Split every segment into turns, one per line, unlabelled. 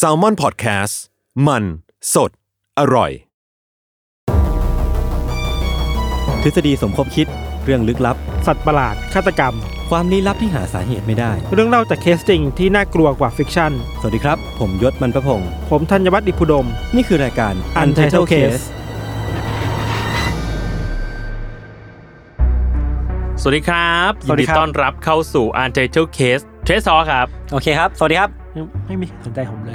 s a l m o n PODCAST มันสดอร่อย
ทฤษฎีสมคบคิดเรื่องลึกลับ
สัตว์ประหลาด ฆาตกรรม
ความลี้ลับที่หาสาเหตุไม่ได้
เรื่องเล่าจากเคสจริงที่น่ากลัวกว่าฟิกชั่น
สวัสดีครับ ผมยศมันประพงศ์
ผมธัญวัฒน์อิพุดม
นี่คือรายการ Untitled Case
สวัสดีครับ
สวัสดี
ยิน
ครับ
ต้อนรับเข้าสู่ u n t i t l e Case เทรซอครับ
โอเคครับ สวัสดีครับ
ไม่ไม่มีใครสนใจผมเลย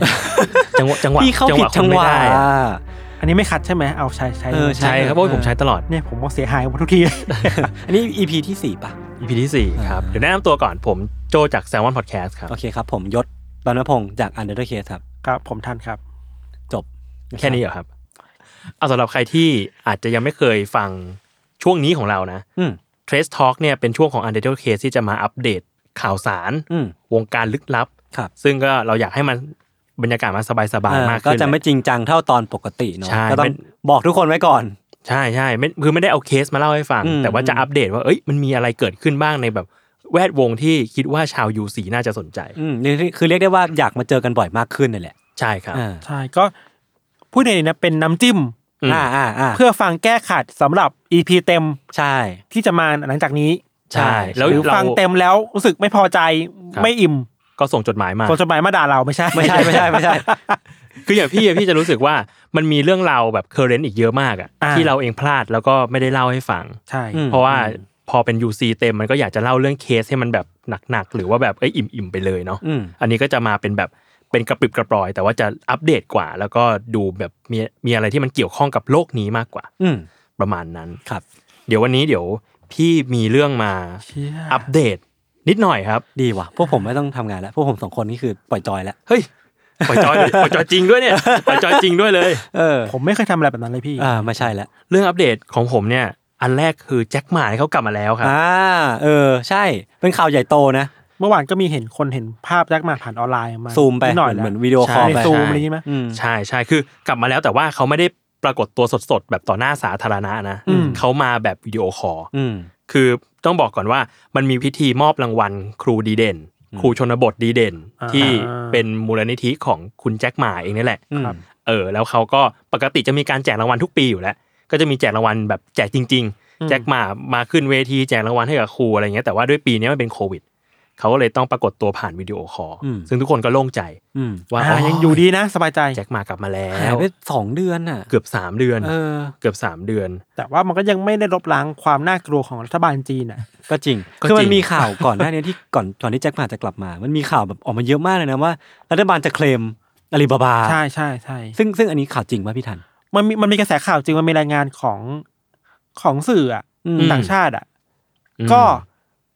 จังหวะจังหวะ
พี่เข้าผิด
จั
จั
ง
ง
ห
ห
วะ
วะ
คุณไม่ได้อะ
อันนี้ไม่คัดใช่ไหมเอาใช้ใช้
เออ
ใช่ครับโอ้ยผมใช้ตลอด
เนี่ยผมว่าเสียหายหมดทุกที
อันนี้ EP ที่ 4 ป่ะ
EP ที่ 4 ครับ
อ่า
เดี๋ยวแนะนำตัวก่อนผมโจจาก s ซ l m o n Podcast ครับ
โอเคครับ ผมยศมันประพงศ์จาก Untitled Case ครับ
ครับผมทันครับ
จบ
แค่นี้เหรอครับ เอาสำหรับใครที่อาจจะยังไม่เคยฟังช่วงนี้ของเรานะ
อืม
Trace Talk เนี่ยเป็นช่วงของ u n t i t l e Case ที่จะมาอัปเดตข่าวสาร
อืม
วงการลึกลับ
ครับ
ซึ่งก็เราอยากให้มันบรรยากาศมันสบาย
เออ
ๆมาก
ก็
ขึ้น
จะไม่จริงจังเท่าตอนปกติเนาะ
ใช่
ก็ต้อ
เป็
ง
น
บอกทุกคนไว้ก่อน
ใช่ใช่ไม่คือไม่ได้เอาเคสมาเล่าให้ฟัง
อืม
แต่ว่าจะอัปเดตว่าเอ้ยมันมีอะไรเกิดขึ้นบ้างในแบบแวดวงที่คิดว่าชาวยูซีน่าจะสนใจ
อืมนี่คือเรียกได้ว่าอยากมาเจอกันบ่อยมากขึ้นนั่นแหละ
ใช่ครับ
อ่า
ใช่ ก็พูดในนี้นะเป็นน้ำจิ้ม
อืม
อ่าอ่าอ่า
เพื่อฟังแก้ขัดสำหรับ EP เต็ม
ใช่
ที่จะมาหลังจากนี้
ใช่แล้
แล้ว ว
เรา
ฟังเต็มแล้วรู้สึกไม่พอใจ
ครับ
ไม่อิ่ม
ก็ส่งจดหมายมา
คนจดหมายมาด่าเราไม่ใช่
ไม่ใช่ไม่ใช่ไม่ใช่
คืออย่างพี่อะพี่จะรู้สึกว่ามันมีเรื่องราวแบบเคอร์เรนต์อีกเยอะมากอะ
อ่า
ที่เราเองพลาดแล้วก็ไม่ได้เล่าให้ฟัง
ใช่
อืม
เพราะว่าพอเป็น UC เต็มมันก็อยากจะเล่าเรื่องเคสให้มันแบบหนักๆ หรือว่าแบบเอ้ยอิ่มๆไปเลยเนาะ
อืม
อันนี้ก็จะมาเป็นแบบเป็นกระปริบกระปรอย แต่ว่าจะอัปเดตกว่า แล้วก็ดูแบบมีมีอะไรที่มันเกี่ยวข้องกับโลกนี้มากกว่า
อืม
ประมาณนั้น
ครับ
เดี๋ยววันนี้เดี๋ยวพี่มีเรื่องมา
เชี่ย
อัปเดตนิดหน่อยครับ
ดีว่ะพวกผมไม่ต้องทำงานแล้วพวกผมสองคนนี่คือปล่อยจอยแล้ว
เฮ้ยปล่อยจอยเลยปล่อยจอยจริงด้วยเนี่ยปล่อยจอยจริงด้วยเลย
เออ
ผมไม่เคยทำอะไรแบบนั้นเลยพี่
อ่าไม่ใช่แล้ว
เรื่องอัปเดตของผมเนี่ยอันแรกคือแจ็คหมาเนี่ยเขากลับมาแล้วครับ
อ่าเออ ใช่ เป็นข่าวใหญ่โตนะ
เมื่อวานก็มีเห็นคนเห็นภาพแจ็คหมาผ่านออนไลน์มา
ซูมไป
นิดหน่อย
เหมือน
แล้
วิดีโอคอล
ใน
ไป
ซูมอะไรอย่างนี้ไหม
อืม
ใช่ใช่คือกลับมาแล้วแต่ว่าเขาไม่ได้ปรากฏตัวสดๆ แบบต่อหน้าสาธารณะนะ
อืม
เขามาแบบวิดีโอคอล
อืม
คือต้องบอกก่อนว่ามันมีพิธีมอบรางวัลครูดีเด่น ครูชนบทดีเด่น
อ่า
ที่เป็นมูลนิธิของคุณแจ็คหมาเองนี่แหละ
อืม
ครับ
เออแล้วเขาก็ปกติจะมีการแจกรางวัลทุกปีอยู่แล้ว ก็จะมีแจกรางวัลแบบแจกจริง
อื
ๆ
ม
แจกมามาขึ้นเวทีแจกรางวัลให้กับครูอะไรเงี้ยแต่ว่าด้วยปีนี้มันเป็นโควิดเขาก็เลยต้องปรากฏตัวผ่านวิดีโอคอล
อืม
ซึ่งทุกคนก็โล่งใจ
อืม
ว่า
อ่ายังอยู่ดีนะสบายใจ
แจ็คมากลับมาแล้
หายว ไปสองเดือนน่ะ
เกือบสามเดือน
เอ อ
เกือบสามเดือน
แต่ว่ามันก็ยังไม่ได้ลบล้างความน่ากลัวของรัฐบาลจีนอ่ะ
ก็จริง
ก็
คือมั
จริ
น
ง
มีข่าว ก่อนหน้านี้ที่ก่อนก่อนที่แจ็คหมาจะกลับมา มันมีข่าวแบบออกมาเยอะมากเลยนะว่ารัฐบาลจะเคลมอาลีบาบา
ใช่ใช่ใช่
ซึ่งซึ่งอันนี้ข่าวจริงป่ะพี่ทัน
มันมีมันมีกระแสข่าวจริงมันมีรายงานของของสื่ออ่ะ
อืม
ต่างชาติอ่ะ
อืม
ก็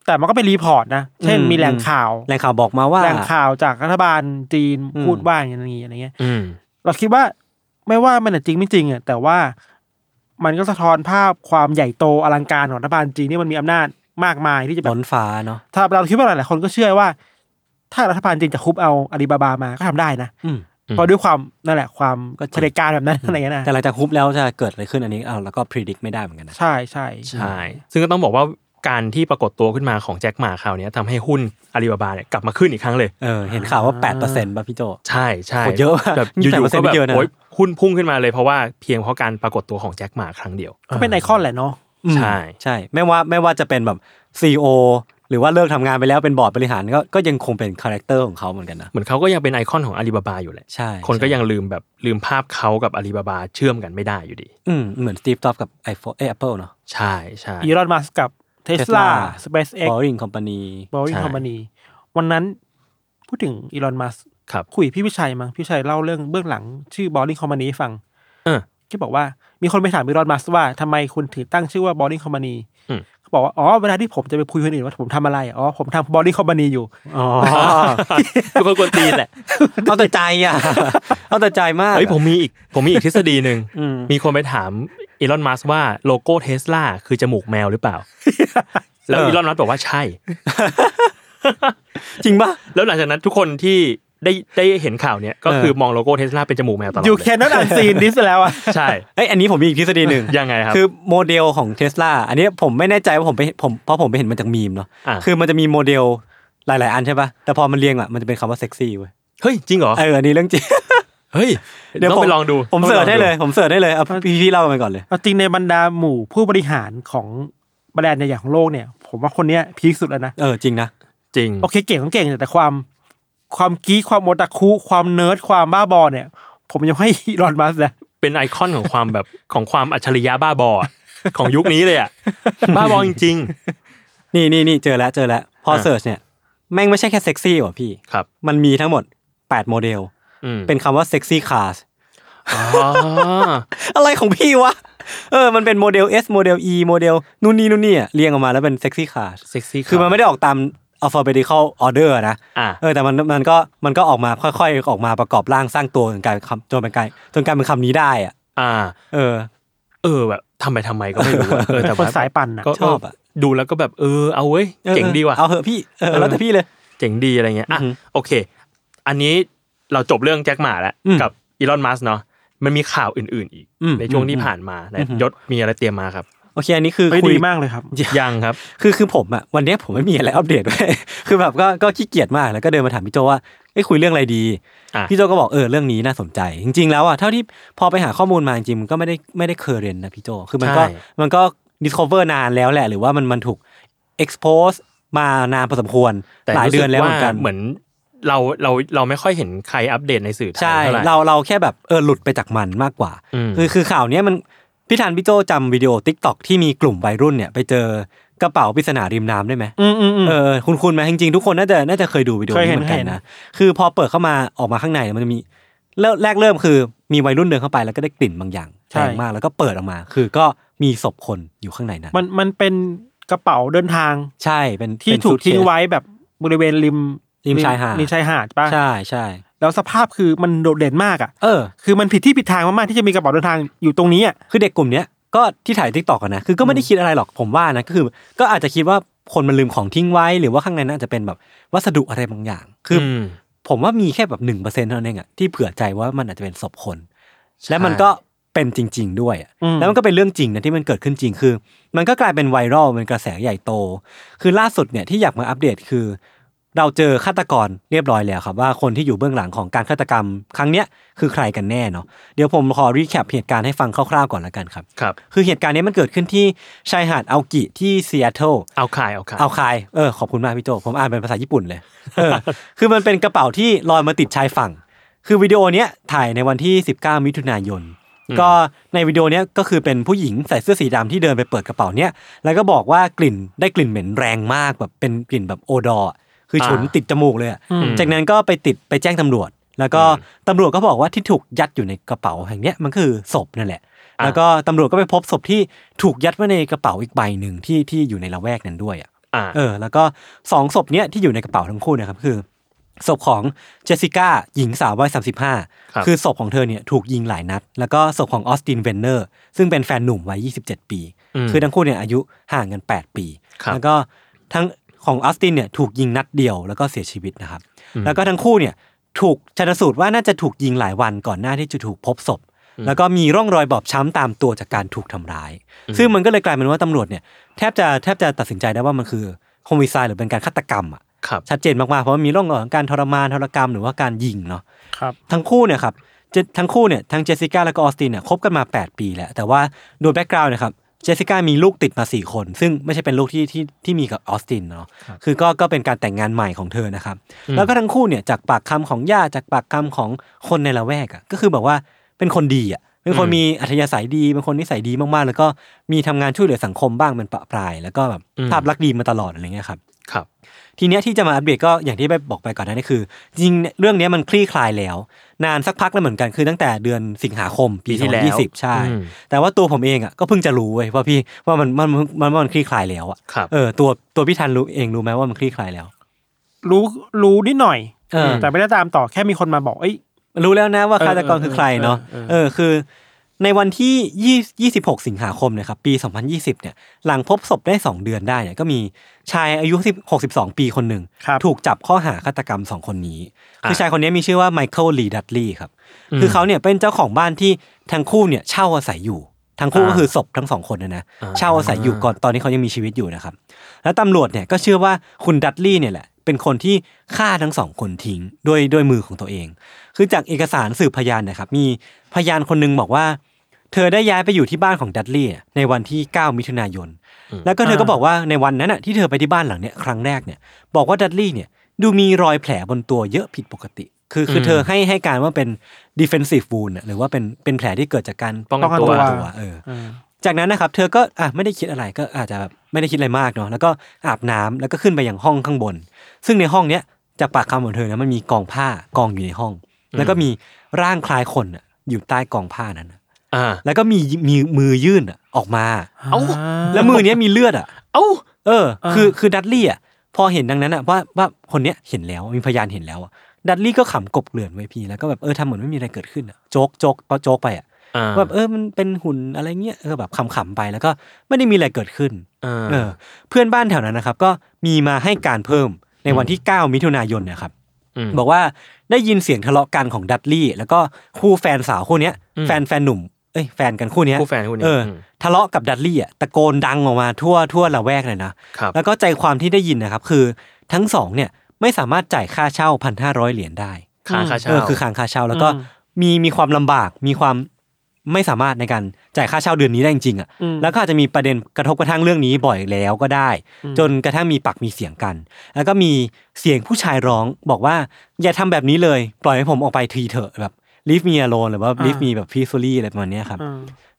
แต่มันก็เป็นรีพอร์ตนะ เช่น
อืม
มีแหล่งข่าว
แหล่งข่าวบอกมาว่า
แหล่งข่าวจากรัฐบาลจีน
อืม
พูดว่าอย่างนี้อะไรเงี้ย
อืม
เราคิดว่าไม่ว่ามันจะจริงไม่จริงอ่ะแต่ว่ามันก็สะท้อนภาพความใหญ่โตอลังการของรัฐบาลจีนที่มันมีอำนาจมากมายที่จะแบบ
ล้นฟ้าเนาะ
ถ้าเราคิดว่าหลายๆคนก็เชื่อว่า ถ้ารัฐบาลจีนจะคุบเอาอาลีบาบามาก็ทำได้นะ
อืม
เพราะด้วยความนั่นแหละความ
ก็จริง
เผด็จการแบบนั้นอะไรเงี้ยนะ
แต่หลังจากฮุบแล้วจะเกิดอะไรขึ้นอันนี้เอาแล้วก็พิจิตรไม่ได้เหมือนกันนะ
ใช่ใช่
ใช่ซึ่งก็ต้องบอกว่าการที่ปรากฏตัวขึ้นมาของแจ็คหมาคราวเนี้ยทำให้หุ้นอาลีบาบาเนี่ยกลับมาขึ้นอีกครั้งเลย
เออเห็นข่าวว่า8%ป่ะพี่โจ
ใช่ใช่
โหเยอะมาก
แบบอ
มี
ยู่ๆ
8%
ก็แบบ
เยอะนะ
โอ้ยหุ้นพุ่งขึ้นมาเลยเพราะว่าเพียงเพราะการปรากฏตัวของแจ็คหมาครั้งเดียว
ก็เป็นไอคอนแหละเนาะ
ใช่
ใช่ไม่ว่าไม่ว่าจะเป็นแบบซีอหรือว่าเลิกทำงานไปแล้วเป็นบอร์ดบริหารก็ก็ยังคงเป็นคาแรคเตอร์ของเขาเหมือนกันนะ
เหมือนเขาก็ยังเป็นไอคอนของอาลีบาบาอยู่แหละ
ใช่
คนก็
ใช่
ยังลืมแบบลืมภาพเขากับอาลีบาบาเชื่อมกันไม่ได้อยู่ดี
อืมเหมือนสตีฟจ็อบกับ iPhone เอ Apple เนาะ
ใช่ใช่
อีรอนมัสกับเทสลา
Tesla
สเปซเอ็ก
b o
ซ์
r i n g Company
บริ
ใช่
คอมพานีวันนั้นพูดถึงอีรอนมัส
ครับ
คุยกับพี่วิชัยมั้งพี่วิชัยเล่าเรื่องเบื้องหลังชื่อบริคอมพานีฟัง
เออ
ที่บอกว่ามีคนไปถามอีรอนมัสว่าทำไมคุณถือตั้งชื่อว่าบริคอมพานี
อืม
บอกว่าอ๋อเวลาที่ผมจะไปคุยคนอื่นว่าผมทำอะไรอ๋อผมทำบอดี้คอมพานีอยู่
อ๋อ
ทุกคนกวนตีนแหละ
เอาแต่ใจอ่ะ เอาแต่ใจมาก
เฮ้ยผมมีอีกผมมีอีกทฤษฎีหนึ่ง
อืม
มีคนไปถามอีลอนมัสว่าโลโก้เทสลาคือจมูกแมวหรือเปล่า แล้วอีลอนมัสบอกว่าใช่
จริงปะ
แล้วหลังจากนั้นทุกคนที่ได้ได้เห็นข่าวเนี้ยก็คือมองโลโก้เทสลาเป็นจมูกแมวตลอด
อยู่
เล
แค่
ย
นั้น อันซีนดิสแล้วอ่ะ
ใช่
เอ้ยอันนี้ผมมีอีกทฤษฎีหนึ่ง
ยังไงครับ
คือโมเดลของเทสลาอันนี้ผมไม่แน่ใจว่าผมไปผมเพราะผมไปเห็นมันจากมีมเนาะ
อ่า
คือมันจะมีโมเดลหลาย ๆ อันใช่ปะแต่พอมันเรียงอ่ะมันจะเป็นคำว่าเซ็กซี่เว้ย
เฮ้ย จริงเหรอ
เอออันนี้เรื่องจริง
เฮ้ย
เดี๋ยว
ต้องไป
ผม
ลองดู
ผม
ต้องไป
เสิ
อ
ร์ช
ง
ได้เลยผมเสิร์ชได้เลยเอาพี่พี่เล่าไปก่อนเลย
เอาจริงในบรรดาหมู่ผู้บริหารของแบรนด์ใหญ่ๆของโลกเนี่ย ผมว่าคนเนี้ยพีคสุดแล้วนะ
เออจริงนะ
จริง
โอเคเก่งก็เก่งแต่ความความกี้ความโมตะคุความเนิร์ดความบ้าบอเนี่ย ผมยังให้อีรอนมัสก์นะ
เป็นไอคอนของความแบบของความอัจฉริยะบ้าบออะ ของยุคนี้เลยอ่ะ บ้าบอจริง
นี่นี่นี่เจอแล้วเจอแล้วพอ
เออ
เสิร์ชเนี่ยแม่งไม่ใช่แค่เซ็กซี่ว่ะพี่
ๆ ครับ
มันมีทั้งหมด 8 โมเดล
อืม
เป็นคำว่าเซ็กซี่คาส
อ๋อ
อะไรของพี่วะเออมันเป็นโมเดล S โมเดล E โมเดลนู่นนี่นู่นนี่อะเรียงออกมาแล้วเป็นเซ็กซี่คาส
เซ็กซี่
คือมันไม่ได้ออกตาม alphabetical order นะ
อ่ะ
เออแต่มันมันก็มันก็ออกมาค่อยๆ ออกมาประกอบร่างสร้างตัวจนกลายเป็นคำจนเป็นกลายจนกลายเป็นคำนี้ได้อ่ะ
อ่า
เออ
เออแบบทำไปทำไมก็ไม่รู้อะเออแต่
คน
ว่า
สายปั่นนะ
ก็
ชอบอะ
ดูแล้วก็แบบเออเอาเว้ยเจ๋งดีว่ะ
เอาเหอะพี่เออ
เออ
แล้วแต่พี่เลย
เจ๋งดีอะไรเงี้ยอ่ะ
อือหือ
โอเค อันนี้เราจบเรื่องแจ็คหมาแล้ว
อืม
กับอีลอนมัสเนาะมันมีข่าวอื่นๆอีก
อืม
ในช่วง
อืม
ที่
อืม
ผ่านมาไหน
อือหือ
ยศมีอะไรเตรียมมาครับ
โอเค อันนี้คือ
เฮ้ย
คุย
ดีมากเลยครับ
ยังครับ
คือคือผมอ่ะวันเนี้ยผมไม่มีอะไรอัปเดตไว้ คือแบบก็ก็ขี้เกียจมากแล้วก็เดินมาถามพี่โจว่าไอ้ยคุยเรื่องอะไรดี
อ่ะ
พี่โจก็บอกเออเรื่องนี้น่าสนใจ จริง ๆ แล้วอ่ะเท่าที่พอไปหาข้อมูลมาจริงๆมันก็ไม่ได้ไม่ได้เคอร์เรนนะพี่โจคือมันก็
ใช่
มันก็ดิสค o เวอร์นานแล้วแหละ หรือว่ามันมันถูก expose มานานพอสมควรหลายเดือนแล้วเหมือนกัน
เหมือนเราเราเราไม่ค่อยเห็นใครอัปเดตในสื่อไทย
ใช่
เท่าไหร่
เราเราแค่แบบเออหลุดไปจากมันมากกว่า
อืม
คือคือข่าวเนี้ยมันพี่ธันพี่โจจำวิดีโอทิกตอกที่มีกลุ่มวัยรุ่นเนี่ยไปเจอกระเป๋าปริศนาริมน้ำได้ไหม
อืมอืมอืม
เออคุณคุณไหมจริงๆ ทุกคนน่าจะน่าจะเคยดูวิดีโอ
เคย
นี้
เห็น
เหมือนกันนะ คือพอเปิดเข้ามาออกมาข้างในเนี่ยมันจะมีเริ่มแรกเริ่มคือมีวัยรุ่นเดินเข้าไปแล้วก็ได้กลิ่นบางอย่างแรงมากแล้วก็เปิดออกมา คือก็มีศพคนอยู่ข้างในนั้น
มันมันเป็นกระเป๋าเดินทาง
ใช่เป็น
ที่
เป็น
ถูก
สูทเคส
ทิ้งไว้แบบบริเวณริม
ริมชายหาด
ริมชายหาดป่ะ
ใช่ใช่
แล้วสภาพคือมันโดดเด่นมากอ่ะ
เออ
คือมันผิดที่ผิดทางมากๆที่จะมีกระเป๋าเดินทางอยู่ตรงนี้อ่ะ
คือเด็กกลุ่มเนี้ยก็ที่ถ่ายทิกตอกกันนะคือก็ไม่ได้คิดอะไรหรอกผมว่านะก็คือ ก็อาจจะคิดว่าคนมันลืมของทิ้งไว้ หรือว่าข้างในน่าจะเป็นแบบวัสดุอะไรบางอย่าง คืออ
ม
ผมว่ามีแค่แบบหนึ่งเปอร์เซ็นต์เท่านั้นเองอะที่เผื่อใจว่ามันอาจจะเป็นศพคน และมันก็เป็นจริง ๆ ด้วยอะ
อืม
แล้วมันก็เป็นเรื่องจริงนะที่มันเกิดขึ้นจริงคือ มันก็กลายเป็นไวรัลเป็นกระแสใหญ่โต คือล่าสุดเนี่ยที่อยากมาอัปเดตคือ เราเจอฆาตกรเรียบร้อยแล้วครับ ว่าคนที่อยู่เบื้องหลังของการฆาตกรรม ครั้งเนี้ยคือใครกันแน่เนาะเดี๋ยวผมขอรีแคปเหตุการณ์ให้ฟังคร่าวๆก่อนละกันครับ
ครับ
คือเหตุการณ์เนี้ยมันเกิดขึ้นที่ชายหาดเอากิที่ซีแอตเทิล
เอาขายเอาขาย
เอาคายเออ ขอบคุณมากพี่โจ ผมอ่านเป็นภาษาญี่ปุ่นเลย เออ คือมันเป็นกระเป๋าที่ลอยมาติดชายฝั่ง คือวิดีโอเนี้ยถ่ายในวันที่ 19 มิถุนายน ก็ในวิดีโอเนี้ยก็คือเป็นผู้หญิงใส่เสื้อสีดำที่เดินไปเปิดกระเป๋าเนี้ย แล้วก็บอกว่ากลิ่นได้กลิ่นเหม็นแรงมากแบบเป็นกลิ่นแบบโอดอร์อะคือฉุนติดจมูกเลยอะจากนั้นก็ไปติดไปแจ้งตำรวจ แล้วก็ตำรวจก็บอกว่าที่ถูกยัดอยู่ในกระเป๋าแห่งเนี้ยมันก็คือศพนั่นแหละ แล้วก็ตำรวจก็ไปพบศพที่ถูกยัดไว้ในกระเป๋าอีกใบหนึ่งที่ที่อยู่ในละแวกนั้นด้วยอะ
อ่า
เออแล้วก็สองศพเนี้ยที่อยู่ในกระเป๋าทั้งคู่เนะครับคือศพของเจสสิก้าหญิงสาววัยสามสิบห้าคือศพของเธอเนี่ยถูกยิงหลายนัด แล้วก็ศพของออสตินเวนเนอร์ซึ่งเป็นแฟนหนุ่มวัยยี่สิบเจ็ดปี คือทั้งคู่เนี่ยอายุห่างกันแปดปี
ครับ
แล้วก็ทั้งของออสตินเนี่ยถูกยิงนัดเดียวแล้วก็เสียชีวิตนะครับ แล้วก็ทั้งคู่เนี่ยถูกชันสูตรว่าน่าจะถูกยิงหลายวันก่อนหน้าที่จะถูกพบศพ แล้วก็มีร่องรอยบอบช้ำตามตัวจากการถูกทำร้าย ซึ่งมันก็เลยกลายเป็นว่าตำรวจเนี่ยแทบจะแทบจะตัดสินใจได้ว่ามันคือโฮมิไซด์หรือเป็นการฆาตกรรมอ่ะ
ครับ
ชัดเจนมากๆเพราะมันมีร่องรอยของการทรมานทรกรรมหรือว่าการยิงเนาะ
ครับ
ทั้งคู่เนี่ยครับเจทั้งคู่เนี่ยทั้งเจสสิก้าแล้วก็ออสตินเนี่ยคบกันมา 8 ปีแล้ว แต่ว่าโดยแบ็กกราวน์เนะครับเจสสิก้ามีลูกติดมา 4 คน ซึ่งไม่ใช่เป็นลูกที่ที่ที่มีกับออสตินเนาะคือก็ก็เป็นการแต่งงานใหม่ของเธอนะครับ แล้วก็ทั้งคู่เนี่ยจากปากคำของญาติจากปากคำของคนในละแวกอะก็คือแบบว่าเป็นคนดีอ่ะเป็นคน
อืม
มีอัธยาศัยดีเป็นคนนิสัยดีมากๆ แล้วก็มีทำงานช่วยเหลือสังคมบ้างเป็นประปราย แล้วก็แบบภาพลักษณ์ดีมาตลอดอะไรเงี้ยครับ
ครับ
ทีเนี้ยที่จะมาอัปเดตก็อย่างที่ไปบอกไปก่อนหน้านี้คือ จริงๆเรื่องเนี้ยมันคลี่คลายแล้ว นานสักพักแล้วเหมือนกันคือตั้งแต่เดือนสิงหาคมปี
ปีที่แล้ว
2020ใช่
อืม
แต่ว่าตัวผมเองอ่ะก็เพิ่งจะรู้เว้ยว่าพี่ว่ามันมันมันมันคลี่คลายแล้วอ่ะ
ครับ
เออตัวตัวพี่ทันรู้เองรู้ไหมว่ามันคลี่คลายแล้ว
รู้รู้นิดหน่อย
เออ
แต่ไม่ได้ตามต่อแค่มีคนมาบอกเอ้ย
รู้แล้วนะว่า
เออ
ฆาตกรคือใครเนาะ
เออเออ
เออคือ ในวันที่20 26 สิงหาคมเนะครับปี 2020 เนี่ย หลังพบศพได้ 2 เดือนได้เนี่ยก็มีชายอายุ10 62 ปีคนหนึ่ง
ครับ
ถูกจับข้อหาฆาตกรรม 2 คนนี้
อ่ะ
คือชายคนนี้มีชื่อว่าไมเคิลลีดัตลีย์ครับ คือเขาเนี่ยเป็นเจ้าของบ้านที่ทั้งคู่เนี่ยเช่าอาศัยอยู่ ทั้งคู่ก็คือศพทั้งสองคนนะนะ
อ่า
เช่าอาศัยอยู่ก่อนตอนนี้เขายังมีชีวิตอยู่นะครับ แล้วตำรวจเนี่ยก็เชื่อว่าคุณดัตลี่เนี่ยแหละ เป็นคนที่ฆ่าทั้งสองคนทิ้งด้วยด้วยมือของตัวเอง คือจากเอกสารสืบพยานนะครับ มีพยานคนหนึงบอกว่า เธอได้ย้ายไปอยู่ที่บ้านของดัตลี่ในวันที่ 9 มิถุนายน แล้วก็เธอก็
อ่า
บอกว่าในวันนั้นน่ะที่เธอไปที่บ้านหลังเนี้ยครั้งแรกเนี่ยบอกว่าดัตลี่เนี่ยดูมีรอยแผลบนตัวเยอะผิดปกติ คือคืออ
ม
เธอให้ให้การว่าเป็น defensive wound น่ะหรือว่าเป็นเป็นแผลที่เกิดจากการ
ป้อง
ป้อ
กั
น งกัน
ตั
ตัว ว
ตัวเออ จากนั้นนะครับเธอก็อ่ะไม่ได้คิดอะไรก็อาจจะแบบไม่ได้คิดอะไรมากเนาะแล้วก็อาบน้ำแล้วก็ขึ้นไปยังห้องข้างบน ซึ่งในห้องเนี้ยจากปากคำของเธอนะมันมีกองผ้ากองอยู่ในห้อง แล้วก็มีร่างคล้ายคนน่ะอยู่ใต้กองผ้านั้นน่ะ
อ่า
แล้วก็มีมีมือยื่นน่ะออกมา
เอ้า
แล้วมือเนี้ยมีเลือดอ่ะ
เอ้า
เออ
อ่า
คือคือดัตลี่อ่ะพอเห็นดังนั้นอ่ะว่าว่าคนเนี้ยเห็นแล้วมีพยานเห็นแล้วอะดัตลี่ก็ขำกบเกลื่อนไว้ยพี่แล้วก็แบบเออทำเหมือนไม่มีอะไรเกิดขึ้นอ่ะโจกโจกก็โจกไปอ่ะ
อ่า
แบบเออมันเป็นหุ่นอะไรเงี้ยเออแบบขำๆไปแล้วก็ไม่ได้มีอะไรเกิดขึ้น
อ่า
เออ เพื่อนบ้านแถวนั้นนะครับ ก็มีมาให้การเพิ่มในวันที่ 9 มิถุนายนเนะครับ
ม
บอกว่าได้ยินเสียงทะเลาะกันของดัตลี่ แล้วก็คู่แฟนสาวคู่เนี้ย
อืม
แฟนแฟนหนุ่มเอ้ยแฟนกันคู่เนี้ย
คู่แฟนคู่นี้
เอออ
ม
ทะเลาะกับดัตลี่อ่ะตะโกนดังออกมาทั่วทั่วละแวกเลยนะ
ครับ
แล้วก็ใจความที่ได้ยินนะครับคือทั้งสองเนี่ยไม่สามารถจ่ายค่าเช่าพันห้าร้อยเหรียญได้
ค้างค่า
เอ
เช่า
อคือค้างค่าเช่าแล้วก็
อืม
มีมีความลำบากมีความไม่สามารถในการจ่ายค่าเช่าเดือนนี้ได้จริงๆอ่ะ
แล้
แล้ว วก็อาจจะมีประเด็นกระทบกระทั่งเรื่องนี้บ่อยแล้วก็ได้ จนกระทั่งมีปากมีเสียงกัน แล้วก็มีเสียงผู้ชายร้องบอกว่าอย่าทำแบบนี้เลย ปล่อยให้ผมออกไปทีเถอะแบบ leave me alone หรือว่า
อ่า
leave me แบบ peacefully อะไรประมาณเนี้ยครับ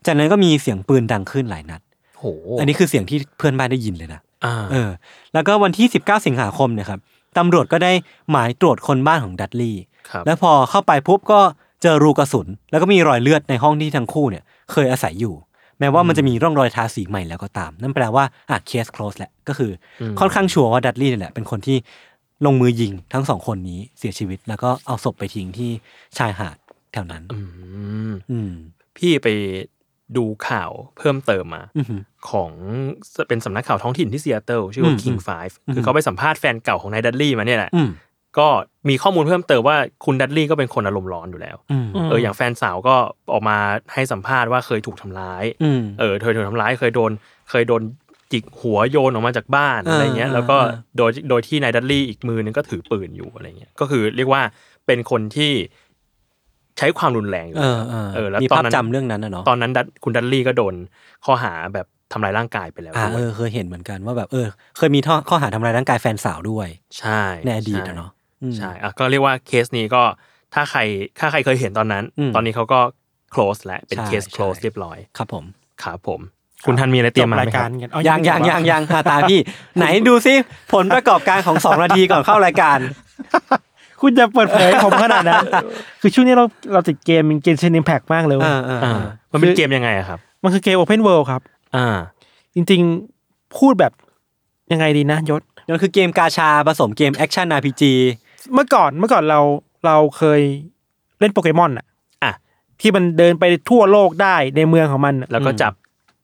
จากนั้นก็มีเสียงปืนดังขึ้นหลายนัด
โห
อันนี้คือเสียงที่เพื่อนบ้านได้ยินเลยนะ
อ่า
เออแล้วก็วันที่ 19 สิงหาคมเนยครับตำรวจก็ได้หมายตรวจคนบ้านของดัตลี่
ครับ
แล้วพอเข้าไปปุ๊บก็เจอรูกระสุน แล้วก็มีรอยเลือดในห้องที่ทั้งคู่เนี่ยเคยอาศัยอยู่ แม้ว่ามันจะมีร่องรอยทาสีใหม่แล้วก็ตาม นั่นแปลว่าอ่ะเคส close แหละก็คืออค่อนข้างชัวร์ว่าดัตลี่เนี่ยแหละเป็นคนที่ลงมือยิงทั้งสองคนนี้เสียชีวิต แล้วก็เอาศพไปทิ้งที่ชายหาดแถวนั้น
อืม
อืม
พี่ไปดูข่าวเพิ่มเติมมา
อือหือ
ของเป็นสำนักข่าวท้องถิ่นที่ซีแอตเทิลชื่อว่า
อืม
King Five คือ
ม
เขาไปสัมภาษณ์แฟนเก่าของนายดัตลี่มาเนี่ยแหละ
อืม
ก็มีข้อมูลเพิ่มเติมว่าคุณดัตลี่ก็เป็นคนอารมณ์ร้อนอยู่แล้ว
อืม
เอออย่างแฟนสาวก็ออกมาให้สัมภาษณ์ว่าเคยถูกทำร้าย
อืม
เออเคยถูกทำร้ายเคยโดนเคยโดนจิกหัวโยนออกมาจากบ้าน
อ่า
อะไรเงี้ยแล้วก็
อ่า
โดยโดยที่นายดัตลี่อีกมือนึงก็ถือปืนอยู่อะไรเงี้ยก็คือเรียกว่าเป็นคนที่ใช้ความรุนแรงอยู่
เออ
แล้ว
เออ
เออแล้ว
มี
ตอ
ภาพ
นนั้น
จำเรื่องนั้นนะเนาะ
ตอนนั้นดัตคุณดัตลี่ก็โดนข้อหาแบบทำร้ายร่างกายไปแล้ว
อ่า
ด้ว
เอย อเคยเห็นเหมือนกันว่าแบบเออ เคยมีท่อข้อหาทำร้ายร่างกายแฟนสาวด้วย
ใช่
ในอดีต
ใช่
อะเนาะ
ใช่อ่ะก็เรียกว่าเคสนี้ก็ถ้าใครถ้าใครเคยเห็นตอนนั้น
อืม
ตอนนี้เขาก็ close แล้วเป็น
ใช่
เคส
ใช่
close เรียบร้อย
ครับผม
ครับผม คุณทันมีอะไรเตรียมมาไห
ราม ย
ค
กา
รั
ร
บ
กันเอ้
ยังยัง
ไม่
ยัง
จบ
ยังหาตาพี่ ไหนดูซิผลประกอบการของ 2 นาทีก่อนเข้ารายการ
คุณจะเปิดเผยผมขนาดนั้น คือช่วงนี้เราเราติดเกมเกมเชนนิมแพกมากเลยเว้ย
อ่าอ่า
อ่า
อ่า
มันเป็นเกมยังไงอะครับ
มันคือเกม Open World ครับ
อ่า
จริงๆพูดแบบยังไงดีนะยศ
นั่นคือเกมกาชาผสมเกมแอคชั่น RPG
เมื่อก่อนเมื่อก่อนเราเราเคยเล่นโปเกมอนอะ
อ่ะ
ที่มันเดินไปทั่วโลกได้ในเมืองของมันอะ
แล้วก็จับ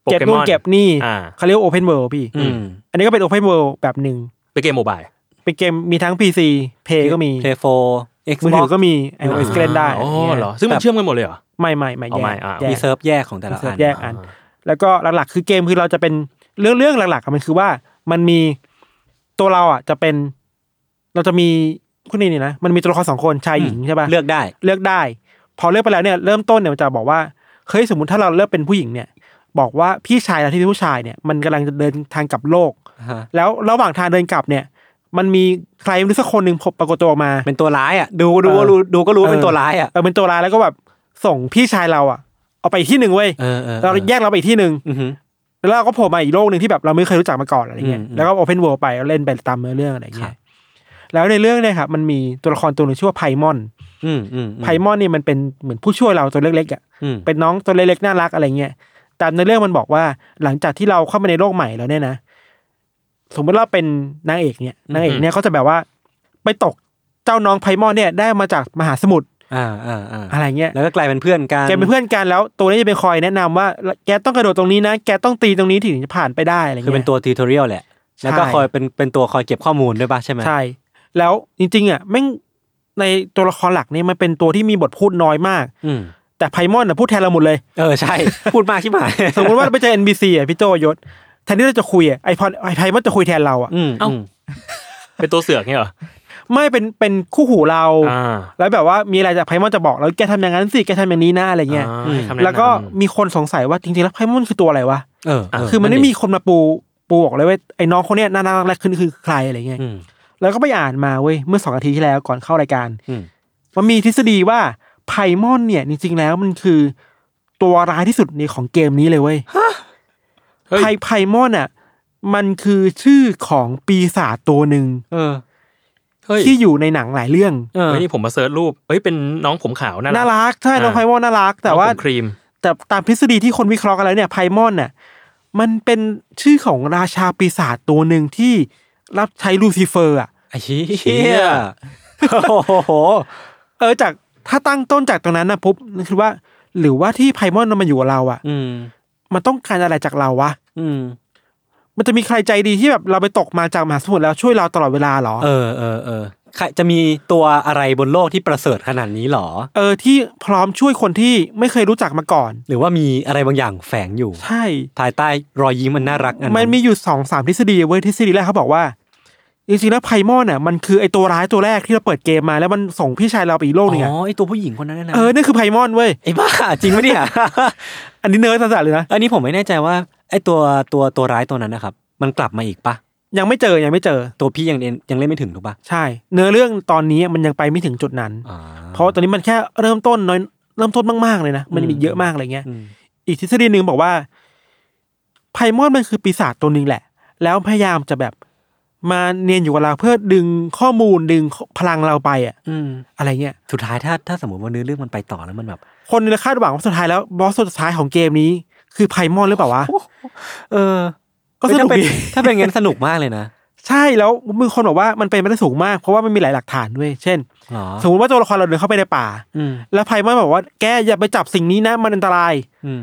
โป
เก็บ
เกม
นู่น
อน
เก็บนี่
อ่า
เขาเรียกโอเพนเวิลด์พี่
อืม
อันนี้ก็เป็นโอเพนเวิลด์แบบหนึ่ง
เป็นเกมโมบาย
เป็นเกมมีทั้ง PC เพย์ก็มี
เพลย์โฟเอ็กซ์
มือถือก็มี
า
iOS ก็เล่นได้
อ๋อ
อะไรเงี้ย
เหรอ ซึ่งมันเชื่อมกันหมดเลยเหรอ
ไม่ไม่ไม่
เอา
แย
ไม่
ก
อ่ะ
แย
มี
ก
เซิร์ฟแยกของแต่ละ
มีเซิ
อั
ร์
น
ฟแยก อัน แล้วก็หลักๆคือเกมคือเราจะเป็นเรื่องเรื่องหลักๆอะมันคือว่ามันมีตัวเราอ่ะจะเป็น เราจะมีคุณนี่นี่นะมันมีตัวละครสองคนชายหญิงใช่ปะ
เลือกได้
เลือกได้ พอเลือกไปแล้วเนี่ยเริ่มต้นเนี่ยมันจะบอกว่าเฮ้ยสมมติถ้าเราเลือกเป็นผู้หญิงเนี่ย บอกว่าพี่ชายเราที่เป็นผู้ชายเนี่ยมันกำลังจะเดินทางกลับโลก
ฮะ
แล้วระหว่างทางเดินกลับเนี่ย มันมีใครไม่รู้สักคนหนึ่งปรากฏตัวออกมา
เป็นตัวร้ายอ่ะ ดูดูก็
เออ
รู้ดูก็รู้ว่า
เออ
เป็นตัวร้ายอ่ะ
เออเป็นตัวร้ายแล้วก็แบบส่งพี่ชายเราอะเอาไปอีกที่หนึ่งเว้ย
เออเออ
เราแยกเราไปอีกที่หนึ่ง
อือหือ
แล้วเราก็โผล่มาอีกโลกหนึ่งที่แบบเราไม่เคยรู้จักมาก่อนอะไรเงี้ย
อืม
แล้วก็โอเพนเวิลด์ไปแล้วเล่นไปตามเนื้อเรื่องอะไร
ครั
เงี้
บ
ยแล้วในเรื่องเนี่ยครับมันมีตัวละครตัวหนึ่งชื่อว่าไพมอน
อืมอืมอืม
ไพมอนนี่มันเป็นเหมือนผู้ช่วยเราตัวเล็กๆอ่ะ
อืม
เป็นน้องตัวเล็กๆน่ารักอะไรเงี้ย แต่ในเรื่องมันบอกว่าหลังจากที่เราเข้ามาในโลกใหม่แล้วเนี่ยนะ สมมติเราเป็นนางเอกเนี่ย นางเอกเนี่ยเขาจะแบบว่า ไปตกเจ้าน้องไพมอนเนี่ยได้มาจากมหาสมุทร
อ่าอ่าอ่า
อะไรเงี้ย
แล้วก็กลายเป็นเพื่อนกัน
แกเป็นเพื่อนกันแล้วตัวนี้จะไปคอยแนะนำว่า แกต้องกระโดดตรงนี้นะ แกต้องตีตรงนี้ถึงจะผ่านไปได้อะไรเงี้ย
คือเป็นตัวทีทอรียลแหละ แล้วก็
ใช่
คอยเป็นเป็นตัวคอยเก็บข้อมูลด้วยป่ะใช่ไหม
ใช่ แล้วจริงๆอ่ะแม่งในตัวละครหลักเนี่ยมันเป็นตัวที่มีบทพูดน้อยมาก
อืม
แต่ไพมอนอ่ะพูดแทนเราหมดเลย
เออใช่ พูดมากที่หมาย
สมมติว่าเราไปเจอ NBC อ่ะพี่โจยศแทนที่เราจะคุยอ่ะไอพอนไอไพมอนจะคุยแทนเราอ่ะ
อืม
เอ้า
อืม
เป็นตัวเสือกเนี่ยเหรอ
ไม่เป็นเป็นคู่หูเรา
อ่า
แล้วแบบว่ามีอะไรจากไพมอนจะบอกแล้วแกทำอย่างนั้นสิแกทำอย่างนี้หน้าอะไรเงี้ย
อ่าให้คำนะนำ
แล้วก็มีคนสงสัยว่าจริงๆแล้วไพมอนคือตัวอะไรวะ
เออเ
คือมันไม่มีคนมาปูปูบอกเลยว่าไอ้น้องคนเนี้ยน่ารักและคือคือใครอะไรเงี้ย
อืม
แล้วก็ไปอ่านมาเว้ยเมื่อสองอาทิตย์ที่แล้วก่อนเข้ารายการ
อืม
มันมีทฤษฎีว่าไพมอนเนี่ยจริง ๆ แล้วมันคือตัวร้ายที่สุดในของเกมนี้เลยเว้ย
เฮ้ย
ไพไพมอนอ่ะมันคือชื่อของปีศาจตัวหนึ่ง
เออ
เฮ้ย
ที่อยู่ในหนังหลายเรื่อง
เออ
เฮ้ยนี่ผมมาเซิร์ชรูปเฮ้ยเป็นน้องผมขาวน่า
น่า
รัก
รักใช่น้อง
อ่า
ไพมอนน่ารัก แต่ว่า
น้องผมครีม
แต่ตามทฤษฎีที่คนวิเคราะห์กันแล้วเนี่ยไพมอนน่ะมันเป็นชื่อของราชาปีศาจตัวหนึ่งที่รับใช้ลูซิเฟอร์อ่ะ
ไอ้เหี้ยโอ้โห
เออจากถ้าตั้งต้นจากตรงนั้นนะปุ๊บนึกคือว่า หรือว่าที่ไพมอนมันมาอยู่กับเราอ่ะ
อืม
มันต้องการอะไรจากเราวะ
อืม
มันจะมีใครใจดีที่แบบเราไปตกมาจากมหาสมุทรแล้วช่วยเราตลอดเวลาเหรอ
เออเออเออใครจะมีตัวอะไรบนโลกที่ประเสริฐขนาดนี้หรอ
เออที่พร้อมช่วยคนที่ไม่เคยรู้จักมาก่อน
หรือว่ามีอะไรบางอย่างแฝงอยู่
ใช่
ภายใต้รอยยิ้มมันน่ารักอัน
มันมีอยู่สองสามทฤษฎีเว้ยทฤษฎีแรกเขาบอกว่าจริงๆแล้วไพมอนน่ะมันคือไอตัวร้ายตัวแรกที่เราเปิดเกมมาแล้วมันส่งพี่ชายเราไปอีกโล
อ๋
กหนึงอะ
อไอตัวผู้หญิงคนนั้นนะ
เออนั่นคือไพมอนเว้ย
ไอ้บ้า จริงปะเนี่ย
อันนี้เนิร์ดสัสๆเลยนะ
อันนี้ผมไม่แน่ใจว่าไอตัวตัวตัวร้ายตัวนั้นนะครับ มันกลับมาอีกปะ
ยังไม่เจอ ยังไม่เจอ
ตัวพี่ยังเล่นยังเล่นไม่ถึงถูกปะ
ใช่ เนื้อเรื่องตอนนี้มันยังไปไม่ถึงจุดนั้น
อ่า
เพราะตอนนี้มันแค่เริ่มต้นน้อย เริ่มต้นมากๆเลยนะ มันมี
อืม
เยอะมากอะไรเงี้ย
อืม
อีกทฤษฎีหนึ่งบอกว่า ไพมอนมันคือปีศาจตัวหนึ่งแหละ แล้วพยายามจะแบบมาเนียนอยู่กับเราเพื่อดึงข้อมูลดึงพลังเราไปอะ
อืม
อะไรเงี้ย
สุดท้ายถ้าถ้าสมมติว่าเนื้อเรื่องมันไปต่อแล้วมันแบบ
คนเลยคาดหวังว่าสุดท้ายแล้วบอสสุดท้ายของเกมนี้ คือไพมอนหรือเปล่าวะ
เออ
ก็สนุก
เฮ้ย
ดี
ถ้าเป็นถ้าเป็นงั้นสนุกมากเลยนะ
ใช่แล้วมือคนบอกว่ามันเป็นไม่ได้สูงมากเพราะว่ามันมีหลายหลักฐานด้วย เช่น
หรอ
สมมติว่าตัวละครเราเดินเข้าไปในป่า
อืม
แล้วไพมอนบอกว่าแกอย่าไปจับสิ่งนี้นะ มันอันตราย
อืม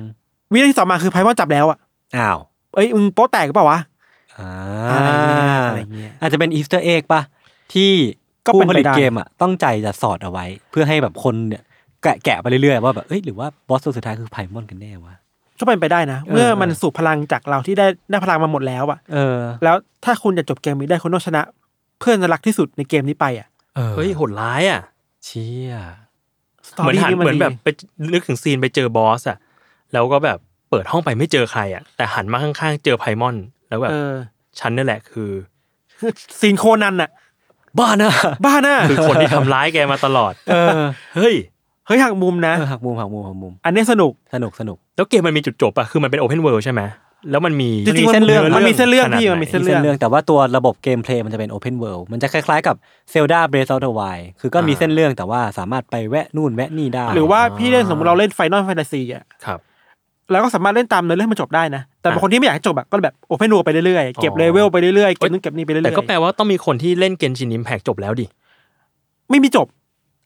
วิธีต่อมาคือไพมอนจับแล้วอ่ะ
อ้าว
เอ้ยมึงโป๊ะแตกหรือเปล่าวะ
อ่า
อะไรเงี้ย
อาจจะเป็นอีสเตอร์เอ็กปะที่
ก็เป็น
ผู้ผลิต
ไปได้
เกมอ่ะต้องใจจะสอดเอาไว้ เพื่อให้แบบคนเนี่ยแกะแกะไปเรื่อยๆว่าแบบเอ้ยหรือว่าบอสตัวสุดท้ายคือไพมอนกันแน่วะ
ก็เป็นไปได้นะ
เออ
เมื่อมันสูบพลังจากเราที่ได้ได้พลังมาหมดแล้วอ่ะ
เออ
แล้วถ้าคุณจะจบเกมนี้ได้คุณต้องชนะ เพื่อนรักที่สุดในเกมนี้ไปอ่ะ
เฮ้ยโหดร้ายอ่ะ
เชี่ย
สตอ
เหมือน
รี่
หัน
นี้มัน
เหมือน
ดี
แบบไปนึกถึงซีนไปเจอบอสอ่ะแล้วก็แบบเปิดห้องไปไม่เจอใครอ่ะ แต่หันมาข้างๆ เจอไพมอน แล้วแบบ
เออ
ฉันนี่แหละคือ
ซีนโคนันอ่ะ
บ้านะ
บ้า น่ะ
คือคนที่ทำร้ายแกมาตลอด
เออ
เฮ้ย
เฮ้ยหักมุมนะ
เออหักมุมหักมุมหักมุม
อันนี้สนุก
สนุกสนุก
แล้วเกมมันมีจุดจบอ่ะ คือมันเป็นโอเพนเวิลด์ใช่ไหม แล้วมันมี
จริงๆมันมีเส้นเรื่องมันมีเส้นเรื่อง
ขาด
พี่
ไห
มัน
มี
มี
เส้นเรื่องแต่ว่าตัวระบบเกมเพลย์มันจะเป็นโอเพนเวิลด์มันจะคล้ายๆกับเซลดาเบร t อ of the Wild คือก็มีเส้นเรื่องแต่ว่าสามารถไปแวะนู่นแวะนี่ได้
หรือว่าพี่เล่นสมมติเราเล่นไฟนอลแฟนตาซีอ่ะ
ครับ
เราก็สามารถเล่นตามเนื้อเรื่องมันจบได้นะ แต่บางคนที่ไม่อยากให้จบอะก็แบบโอเพนรัวไปเรื่อยๆ เก็บเลเวลไปเรื่อยๆ เก็บนู่นเก็บนี่ไปเรื่อยๆ
แต่ก็แปลว่าต้องมีคนที่เล่นเกนชินอิมแพกจบแล้วดิ
ไม่มีจบ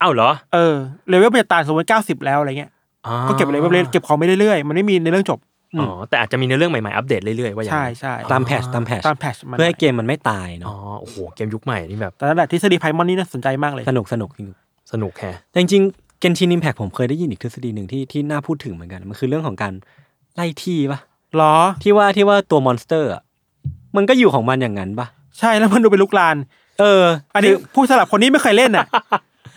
อ้าวเหรอ
เออ เลเวลมันจะตายสมมติเก้าสิบแล้วอะไรเงี้ย
อ๋อ
ก็เก็บเลเวลไปเรื่อยๆเก็บของไปเรื่อยๆ มันไม่มีในเรื่องจบ
อ๋อ แต่อาจจะมีในเรื่องใหม่ๆ อัปเดตเรื่อยๆ ว่าอย่าง
ใช่
นั้น
ใช่
ตามแพทชตามแพทช
ตามแพทชมัน
เพื่อให้เกมมันไม่ตาย
อ๋อ
เนาะ
โอ้โห เกมยุคใหม่นี่แบบ
แต่นั่นแหละทฤษฎีไพมอนนี่น่าสนใจมากเลย
สนุกสนุกสนุก
สนุกแฮะ
แต่จริงๆ Genshin Impact ผมเคยได้ยินอีกทฤษฎีหนึ่งที่ที่น่าพูดถึงเหมือนกัน มันคือเรื่องของการไล่ที่ปะ
หรอ
ที่ว่าที่ว่าตัวมอนสเตอร์อะมันก็อยู่ของมันอย่างนั้นปะ
ใช่แล้วมันดูเป็นลุกลาน
เออ
อันนี้ผู้สลับคนนี้ไม่เคยเล่นอ่ะ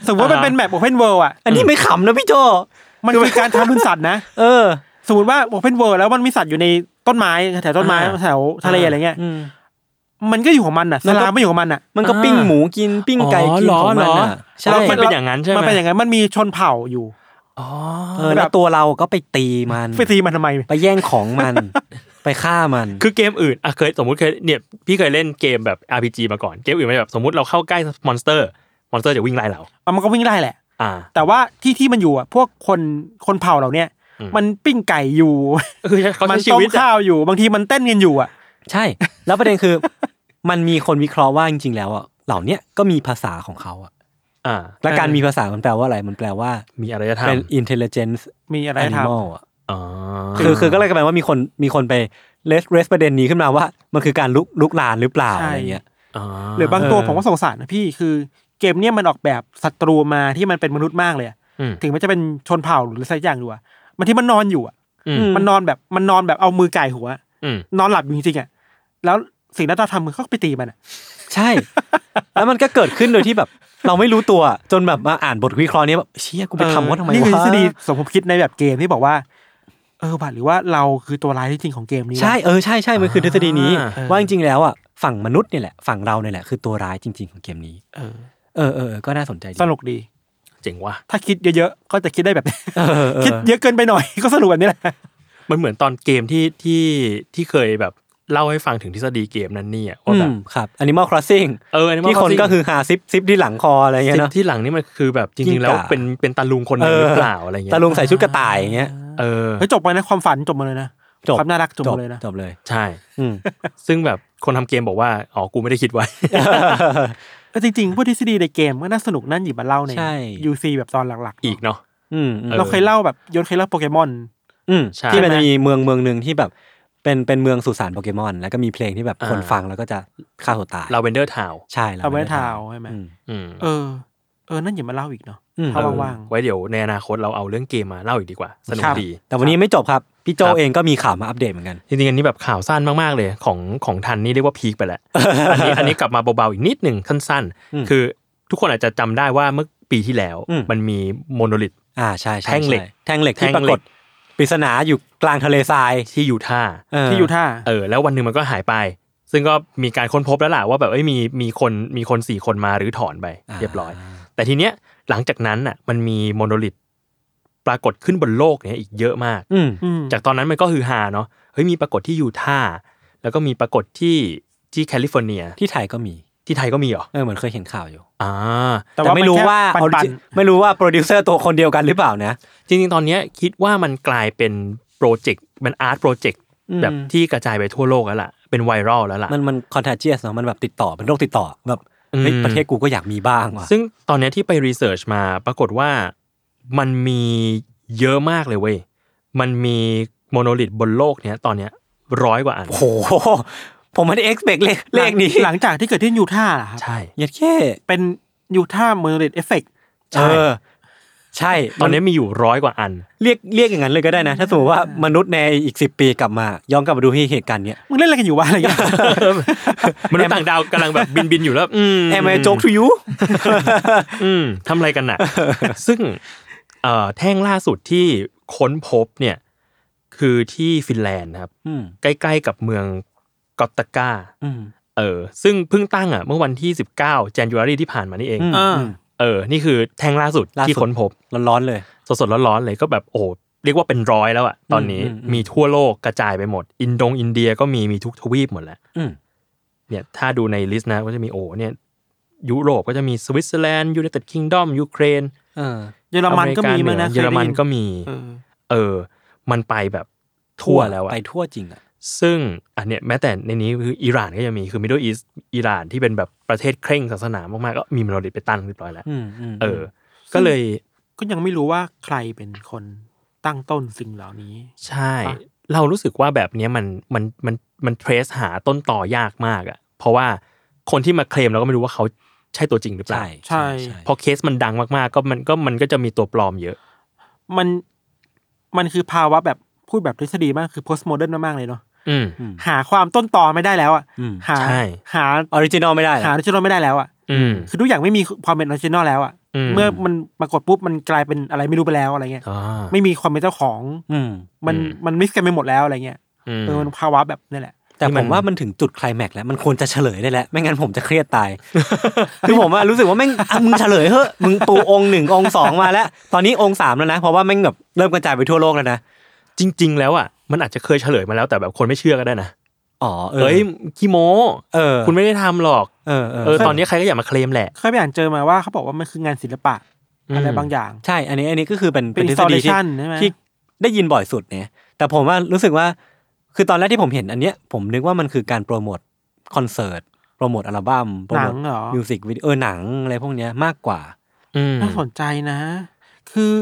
สมมติว่ามันเป็นแมปโอเพนเวิลด์อ่ะ
อันนี้ไม่ขำนะพี่โจ
มันคือการทำรุนสัตว์นะ
เออ
สมมติว่าโอเพนเวิลด์แล้วมันมีสัตว์อยู่ในต้นไม้แถวต้นไม้แถวทะเลอะไรเงี้ย
อืม
มันก็อยู่ของมันอ่ะสลามไม่อยู่ของมันอ่ะ
มันก็ปิ้งหมูกินปิ้งไก่กินของมันอ่ะ
ใช่
ใช่
มันเป็นอย่างนั้นใช่ไหม
มันเป็นอย่างนั้นมันมีชนเผ่าอยู่
อ๋อ
เออแล้วตัวเราก็ไปตีมัน
ไปตีมันทำไม
ไปแย่งของมัน ไปฆ่ามัน
คือเกมอื่นอ่ะเคยสมมติเคยเนี่ยพี่เคยเล่นเกมแบบ RPG มาก่อนเกมอื่นมันแบบสมมติเราเข้าใกล้มอนสเตอร์มอนสเตอร์จะวิ่งไล่เรา
อ่ะมันก็วิ่งได้แหละ
อ่า
แต่ว่าที่ที่มันอยู่อ่ะพวกคนคนเผ่าเราเนี่ย
อืม
มันปิ้งไก่อยู่
คือเขา
มั
ใช้ชี
ต้ม
วิตอะ
ข้าวอยู่ บางทีมันเต้นกันอยู่อ่ะ
ใช่ แล้วประเด็นคือ มันมีคนวิเคราะห์ว่าจริงๆแล้วอ่ะเหล่าเนี้ยก็มีภาษาของเขาอ่ะ
อ่า
และการมีภาษามันแปลว่าอะไรมันแปลว่า
มีอารยธรรม
เป็น intelligence
มีอะไรให้ท
animal อ่ะ
อ๋อ
คือคือก็เลยกลายเป็นว่ามีคนมีคนไปเลสเรสประเด็นนี้ขึ้นมาว่า มันคือการลุกลุกลานหรือเปล่า
ใช่
อะไรเงี้ย
า
ำหรือบางตัว
เออ
ผมก็สงสารนะพี่คือเกมเนี่ยมันออกแบบศัตรูมาที่มันเป็นมนุษย์มากเลยอะ
อืม
ถึงแม้จะเป็นชนเผ่าหรือสักอย่างอยู่อ่ะมันที่มันนอนอยู่อ่ะ
อืม
มันนอนแบบมันนอนแบบเอามือไก่หัว
อืม
นอนหลับอยู่จริงๆอ่ะแล้วสิ่งที่เราทำมันก็ไปตีมันอะ
ใช่ แล้วมันก็เกิดขึ้นโดยที่แบบ เราไม่รู้ตัวจนแบบมาอ่านบทวิเคราะห์เนี้ยแบบเชี่ยกูไปทำเขาทำไม
นี่
วะ
คือทฤษฎีสมคบคิดในแบบเกมที่บอกว่า เออบัตหรือว่าเราคือตัวร้ายที่จริงของเกมนี้วะ
ใช่เออใช่ใช่มันคือทฤษฎีนี้
อ่า
ว่าจริงๆแล้วอ่ะฝั่งมนุษย์เนี่ยแหละฝั่งเราเนี่ยแหละคือตัวร้ายจริง ๆของเกมนี้
เออ
เออเออเออก็น่าสนใจดี
สนุกดี
เจ๋งว่ะ
ถ้าคิดเยอะๆ ก็จะคิดได้แบบนี้
เออเออ
คิดเยอะเกินไปหน่อย ก็สนุกแบบนี้แหละ
มันเหมือนตอนเกมที่ที่ที่เคยแบบเล่าให้ฟังถึงทฤษฎีเกมนั้นนี่อะว่า
อื
แบบ
มครับ Animal Crossing
เออ Animal
ที่คน
Crossing
ก็คือหาซิปซิปที่หลังคออะไรเงี้ยเนาะ
ที่หลังนี่มันคือแบบจ
กิ้
ริ
ง
ง ๆ แล้ว
ก่า
เป็นเป็นตาลุงคนหนึงหรือเปล่าอะไรเงี้ย
ตาลุงใส่ชุดกระต่ายอย่างเงี้ย
เออ
เฮ้ยจบไปนะความฝันจบมาเลยนะ
จบ
ความน่ารักจบ
จ
มา
บ
เลยนะ
จบเลย
ใช่
อืม
ซึ่งแบบคนทำเกมบอกว่า อ๋อ กูไม่ได้คิดไว้
เออจริงๆ พูดทฤษฎีในเกมก็น่าสนุกนั่นหยิบมาเล่าใน
ใช่
UC แบบตอนหลักๆ
อีกเนาะ
อืมอืม
อ
เราเคยเล่าแบบยศเคยเล่าโปเกมอน
อืม
ใช่
ที่มันจะมีเมืองเมืองหนึ่งที่แบบเป็นเป็นเมืองสุสานโปเกมอน แล้วก็มีเพลงที่แบบ
อ่า
คนฟังแล้วก็จะฆ่าตัวตาย
ลาเวนเดอร์ทาว
ใช่
เอาไว้ทาวใช่ไหม
อืม
อืม
เออ เออ นั่นหยิบมาเล่าอีกเนาะ
อืม
ถ้าว่าง
ไว้เดี๋ยวในอนาคตเราเอาเรื่องเกมมาเล่าอีกดีกว่า สนุ
ค
ก
รับ
ดี
แต่วันนี้ไม่จบครับ พี่โจ
ครับ
เองก็มีข่าวมาอัปเดตเหมือนกัน
จริงๆอันนี้แบบข่าวสั้นมากๆเลยของของทันนี่เรียกว่าพีคไปแล้ว อันนี้อันนี้กลับมาเบาๆอีกนิดหนึ่งสั้น
อืม
ๆ คือทุกคนอาจจะจำได้ว่าเมื่อปีที่แล้ว
อืม
มันมีโมโนลิท
อ่าใช่ใช่
แท่งเหล็ก
ใช่แท่งเหล็กที่
แท่ง
ปรา
เหล็
กฏ
ก
ปริศนาอยู่กลางทะเลทราย
ที่ยูท่าห์
เออ
ที่อยู่ท่า
เออแล้ววันหนึ่งมันก็หายไป ซึ่งก็มีการค้นพบแล้วล่ะว่าแบบเอ้ยมีมีคนมีคนสี่คนมาหรือถอนไป
า
เรียบร้อย แต่ทีเนี้ยหลังจากนั้นน่ะมันมีโมโนลิทปรากฏขึ้นบนโลกเนี่ยอีกเยอะมาก
อืม
อืม
จากตอนนั้นมันก็ฮือฮาเนาะเฮ้ยมีปรากฏที่ยูทาห์แล้วก็มีปรากฏที่ที่แคลิฟอร์เนีย
ที่ไทยก็มี
ที่ไทยก็มีเหรอ
เออเหมือนเคยเห็นข่าวอยู่
อ่า
แต่ไม่รู้ว่า
ปันแค่
origi- ไม่รู้ว่าโปรดิวเซอร์ตัวคนเดียวกันหรือเปล่านะ
จริงๆ ตอนเนี้ยคิดว่ามันกลายเป็นโปรเจกต์เป็นอาร์ตโปรเจกต์
อืม
แบบที่กระจายไปทั่วโลกแล้วล่ะ เป็นไวรัลแล้วล่ะ
มันมันคอนแทเจียสเนาะมันแบบติดต่อเป็นโรคติดต่อแบบเฮ้ย
อืม
ประเทศกูก็อยากมีบ้างว่ะ
ซึ่งตอนเนี้ยที่ไปรีเสิร์ชมาปรากฏว่ามันมีเยอะมากเลยเว้ยมันมีโมโนลิทบนโลกเนี้ยตอนเนี้ยร้อยกว่าอัน
โอ้โห ผมไม่ได้ expect เลขเลขนี้
หลังจากที่เกิดที่ยูท่าห์ล่ะครับ
ใช่
เหี้ยัดแค่
เป็นยูท่าเมอร์เรดเอฟเฟก
ใช่
เออ ใช่
ตอนเนี้ยมีอยู่ร้อยกว่าอัน
เรียกเรียกอย่างนั้นเลยก็ได้นะ ถ้าสมมติว่ามนุษย์ในอีกสิปีกลับมาย้อนกลับมาดูที่เหตุการณ์เนี้ย
มึงเล่นอะไรกันอยู่วะอะไรอย่างเงี้ย
มนุษย์ต่างดาวกำลังแบบบินบินๆอยู่แล้ว อืม
แอมไอโจ๊กทูยู
อืมทำอะไร กันน่ะ ซึ่งเอ่อแท่งล่าสุดที่ค้นพบเนี่ย คือที่ฟินแลนด์นะครับ ใกล้ๆกับเมืองกอตตากาเออ ซึ่งเพิ่งตั้งอ่ะ เมื่อวันที่ 19 January ที่ผ่านมานี่เอง
อ่า
เออ นี่คือแท่งล่าสุดที่ค้นพบ
ร้อนๆเลย
สดๆร้อนๆเลยก็แบบโอ้โหเรียกว่าเป็นร้อยแล้วอะตอนนี้
อืมอืม
มีทั่วโลกกระจายไปหมด อินโดงอินเดียก็มีมีทุกทวีปหมดแหละ
อืม
เนี่ยถ้าดูในลิสต์นะก็จะมีโอ้โหเนี่ยยุโรปก็จะมีสวิตเซอร์แลนด์ยูไนเต็ดคิงดอมยูเครน
เออ
เยอรมันก็มีมั้งนะ
เยอรมันก็มี
เออ
เออ มันไปแบบทั่วแล้วอะ
ไปทั่วจริงอ่ะ
ซึ่งอันเนี้ยแม้แต่ในนี้คืออิหร่านก็ยังมีคือมิดเดิลอีสอิหร่านที่เป็นแบบประเทศเคร่งศาสนามากๆก็มีมโนดิตไปตั้งเรียบร้อยแล้ว
อืมอืม
เออ ก็เลย
ก็ยังไม่รู้ว่าใครเป็นคนตั้งต้นสิ่งเหล่านี้
ใช่ เรารู้สึกว่าแบบเนี้ยมันมันมันมันเทรสหาต้นต่อยากมากอะเพราะว่าคนที่มาเคลมเราก็ไม่รู้ว่าเขาใช่ตัวจริงหรือเปล่า
ใช่
ใช่
พอเคสมันดังมากๆ ก็มันก็มันก็จะมีตัวปลอมเยอะ
มันมันคือภาวะแบบพูดแบบทฤษฎีมากคือ post modern มากๆเลยเนาะ
อืม
หาความต้นตอไม่ได้แล้วอ่ะ
อืม
หา
ใช่
หา
ออริจินอลไม่ได้เหร
หา
อ
ออริจินอลไม่ได้แล้วอ่ะ
อืม
คือทุกอย่างไม่มีความเป็นออริจินอลแล้วอ่ะ
อืม
เมื่อมันปรากฏปุ๊บมันกลายเป็นอะไรไม่รู้ไปแล้วอะไรเงี้ย
อ่า
ไม่มีความเป็นเจ้าของ
อืม
มัน
อืม
มันมิกซ์กันไปหมดแล้วอะไรเงี้ย
อืม
เออมันภาวะแบบนี่แหละ
แต่ แต่
นี่
ผ
มัน
มว่ามันถึงจุดไคลแม็กซ์แล้วมันควรจะเฉลยได้แล้ว ไม่งั้นผมจะเครียดตาย คือผมอะรู้สึกว่าแม่งอ่ะมึงเฉลยเฮ้ะมึงปูองค์หนึ่งองค์สองมาแล้ว ตอนนี้องค์สามแล้วนะ เพราะว่าแม่งแบบเริ่มกระจายไปทั่วโลกแล้วนะ
จริง ๆ แล้วอ่ะมันอาจจะเคยเฉลยมาแล้วแต่แบบคนไม่เชื่อก็ได้นะ
อ๋อเออ
เอ้ยขี้โม้
เออ
คุณไม่ได้ทำหรอก
เออเออ
เออตอนนี้ใครก็อย่ามาเคลมแหละ
เคยไปอ่านเจอมาว่าเขาบอกว่ามันคืองานศิลปะอะไรบางอย่าง
ใช่อันนี้อันนี้ก็คือเป็น
เป็น
ทฤษฎีที่
installation ใช่ไหม
ที่ได้ยินบ่อยสุดเนี่ย แต่ผมว่ารู้สึกว่าคือตอนแรกที่ผมเห็นอันเนี้ยผมนึกว่ามันคือการโปรโมทคอนเสิร์ตโปรโมทอัลบั้มโปร
หนั
โม
ง
ท
เหรอ
มิวสิกวิดีโอเออหนังอะไรพวกเนี้ยมากกว่า
อืม
น่าสนใจนะ คือ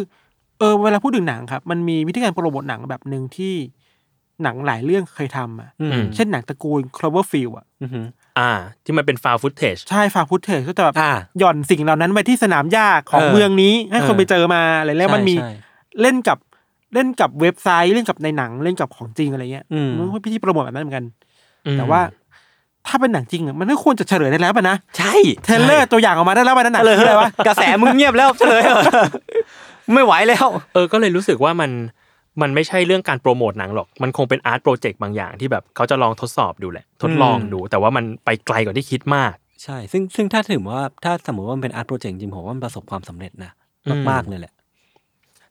เออเวลาพูดถึงหนังครับ มันมีวิธีการโปรโมทหนังแบบหนึ่งที่หนังหลายเรื่องเคยทำอ่ะ
อืม
เช่นหนังตระกูล Cloverfield อ่ะ
อือฮึ
อ่า ที่มันเป็นฟาวฟุตเทจ
ใช่ฟาพุทเทก็จะแบบ
อ่า
หย่อนสิ่งเหล่านั้นไปที่สนามหญ้าของ
เออ
เมืองนี้ ให้
เออ
คนไปเจอมาอะไรแล้วมันมี
ใช่
เล่นกับเล่นกับเว็บไซต์เล่นกับในหนังเล่นกับของจริงอะไรเงี้ย
อืม
นเป็นพิธีโปรโมทแบบนั้นเหมือนกัน แต่ว่าถ้าเป็นหนังจริงอะมันก็ควรจะเฉลยได้แล้วป่ะนะ
ใช่
เทรลเลอร์ตัวอย่างออกมาได้แล้วป่ะนะหนัง
เฉลย
ชื่ออะไรวะ
กระแสมึงเงียบแล้วเฉลย เหอะไม่ไหวแล้ว
เออก็เลยรู้สึกว่ามันมันไม่ใช่เรื่องการโปรโมทหนังหรอก มันคงเป็นอาร์ตโปรเจกต์บางอย่างที่แบบเขาจะลองทดสอบดูแหละ ทดลองดู แต่ว่ามันไปไกลกว่าที่คิดมาก
ใช่ ซึ่งซึ่งถ้าถือว่าถ้าสมมติว่ามันเป็นอาร์ตโปรเจกต์จริงผมว่ามันประสบความสำเร็จนะ
อืม
มากๆเลยแหละ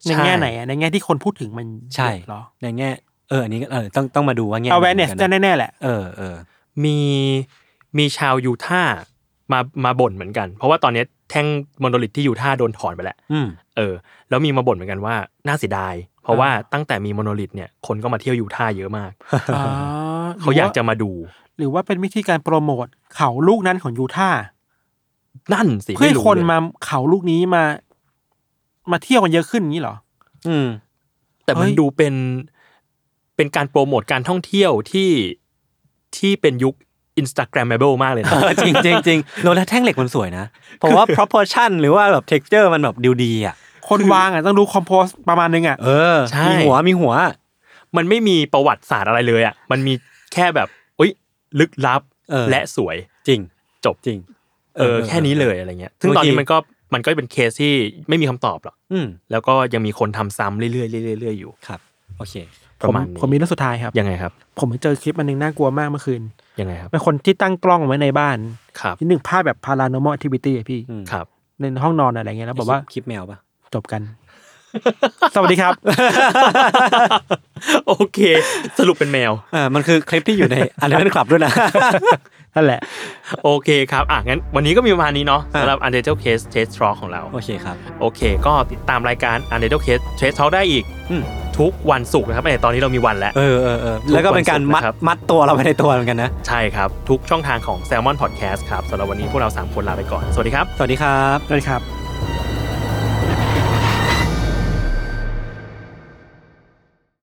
ในแง่ไหนอะในแง่ที่คนพูดถึงมัน
ใช่
เหรอ
ในแง่เอออันนี้ก็เออต้องต้องมาดูว่าแง่ไห
เอา
น
แวนเนส
หมือ
จะ
กัะ
แน่ๆแหละ
เออเออ
มีมีชาวยูทาห์มามาบ่นเหมือนกัน เพราะว่าตอนเนี้ยแท่งมอนโดลิทที่ยูทาห์โดนถอนไปแล้ว
อืม
เออ แล้วมีมาบ่นเหมือนกันว่าน่าเสียดาย เพราะว่าตั้งแต่มีมอนโดลิทเนี่ยคนก็มาเที่ยวยูทาห์เยอะมาก
อ๋อ
เขาอยากจะมาดู
หรือว่าเป็นวิธีการโปรโมทเขาลูกนั้นของยูทาห์
นั่นสิ
เพื่อ
ไม่
ให้
รู้
คน
เลย
มาเขาลูกนี้มา มาเที่ยวกันเยอะขึ้นอย่างนี้เหรอ
อืม
แต่มัน
เฮ้ย
ดูเป็นเป็นการโปรโมทการท่องเที่ยวที่ที่เป็นยุค Instagrammable มากเลยนะ
เออจริงจริงจริงโลแล้วแท่งเหล็กมันสวยนะ ผมว่า proportion หรือว่าแบบ texture มันแบบดีดีๆอ่ะ
คนวางอ่ะต้องรู้คอมโพสประมาณนึงอ่ะ
เออ
ใช่
มีหัวมีหัว
มันไม่มีประวัติศาสตร์อะไรเลยอ่ะ มันมีแค่แบบอุ้ยลึกลับ
เออ
และสวย
จริง
จบ
จริง
เออแค่นี้เลยอะไรเงี้ย ซึ่งตอนนี้
บางที
มันก็มันก็เป็นเคสที่ไม่มีคำตอบหรอก
อืม
แล้วก็ยังมีคนทำซ้ำเรื่อยๆเรื่อยๆเรื่อยๆอยู่
ครับ โอเค
ป
ผม
ระมาณนี้
ผมมีเรื่องสุดท้ายครับ
ยังไงครับ
ผมไปเจอคลิปอันหนึงน่ากลัวมากเมื่อคืน
ยังไงครับ
เป็นคนที่ตั้งกล้องไว้ในบ้าน
ครับ
ที่หนึ่งภาพแบบ paranormal activity อะพี่
อืม
ครับ
ในห้องนอนอะไรเงี้ยแล้วบอกว่า
คลิปแมวปะ
จบกัน สวัสดีครับ
โอเค สรุปเป็นแมว
อ่า มันคือคลิปที่อยู่ใน อันเดอร์คลับด้วยนะ
นั่นแหละ
โอเคครับ อ่ะ งั้นวันนี้ก็มีประมาณนี้เนาะสำหรับ u n d e r t a l e Case Chase Talk ของเรา
โอเคครับ
โอเค ก็ติดตามรายการ u n d e r t a l e Case Chase Talk ได้อีก
อืม
ทุกวันศุกร์นะครับในตอนนี้เรามีวันแล้ว
เออเออเออแล้วก็เป็นการมัด
ทุกวันศุกร์นะครับ
มัดตัวเราไปในตัวเหมือนกันนะ
ใช่ครับ ทุกช่องทางของ Salmon Podcast ครับสำหรับวันนี้พวกเรา 3 คนลาไปก่อน สวัสดีครับ
สวัสดีครับ
สวัสดีครับ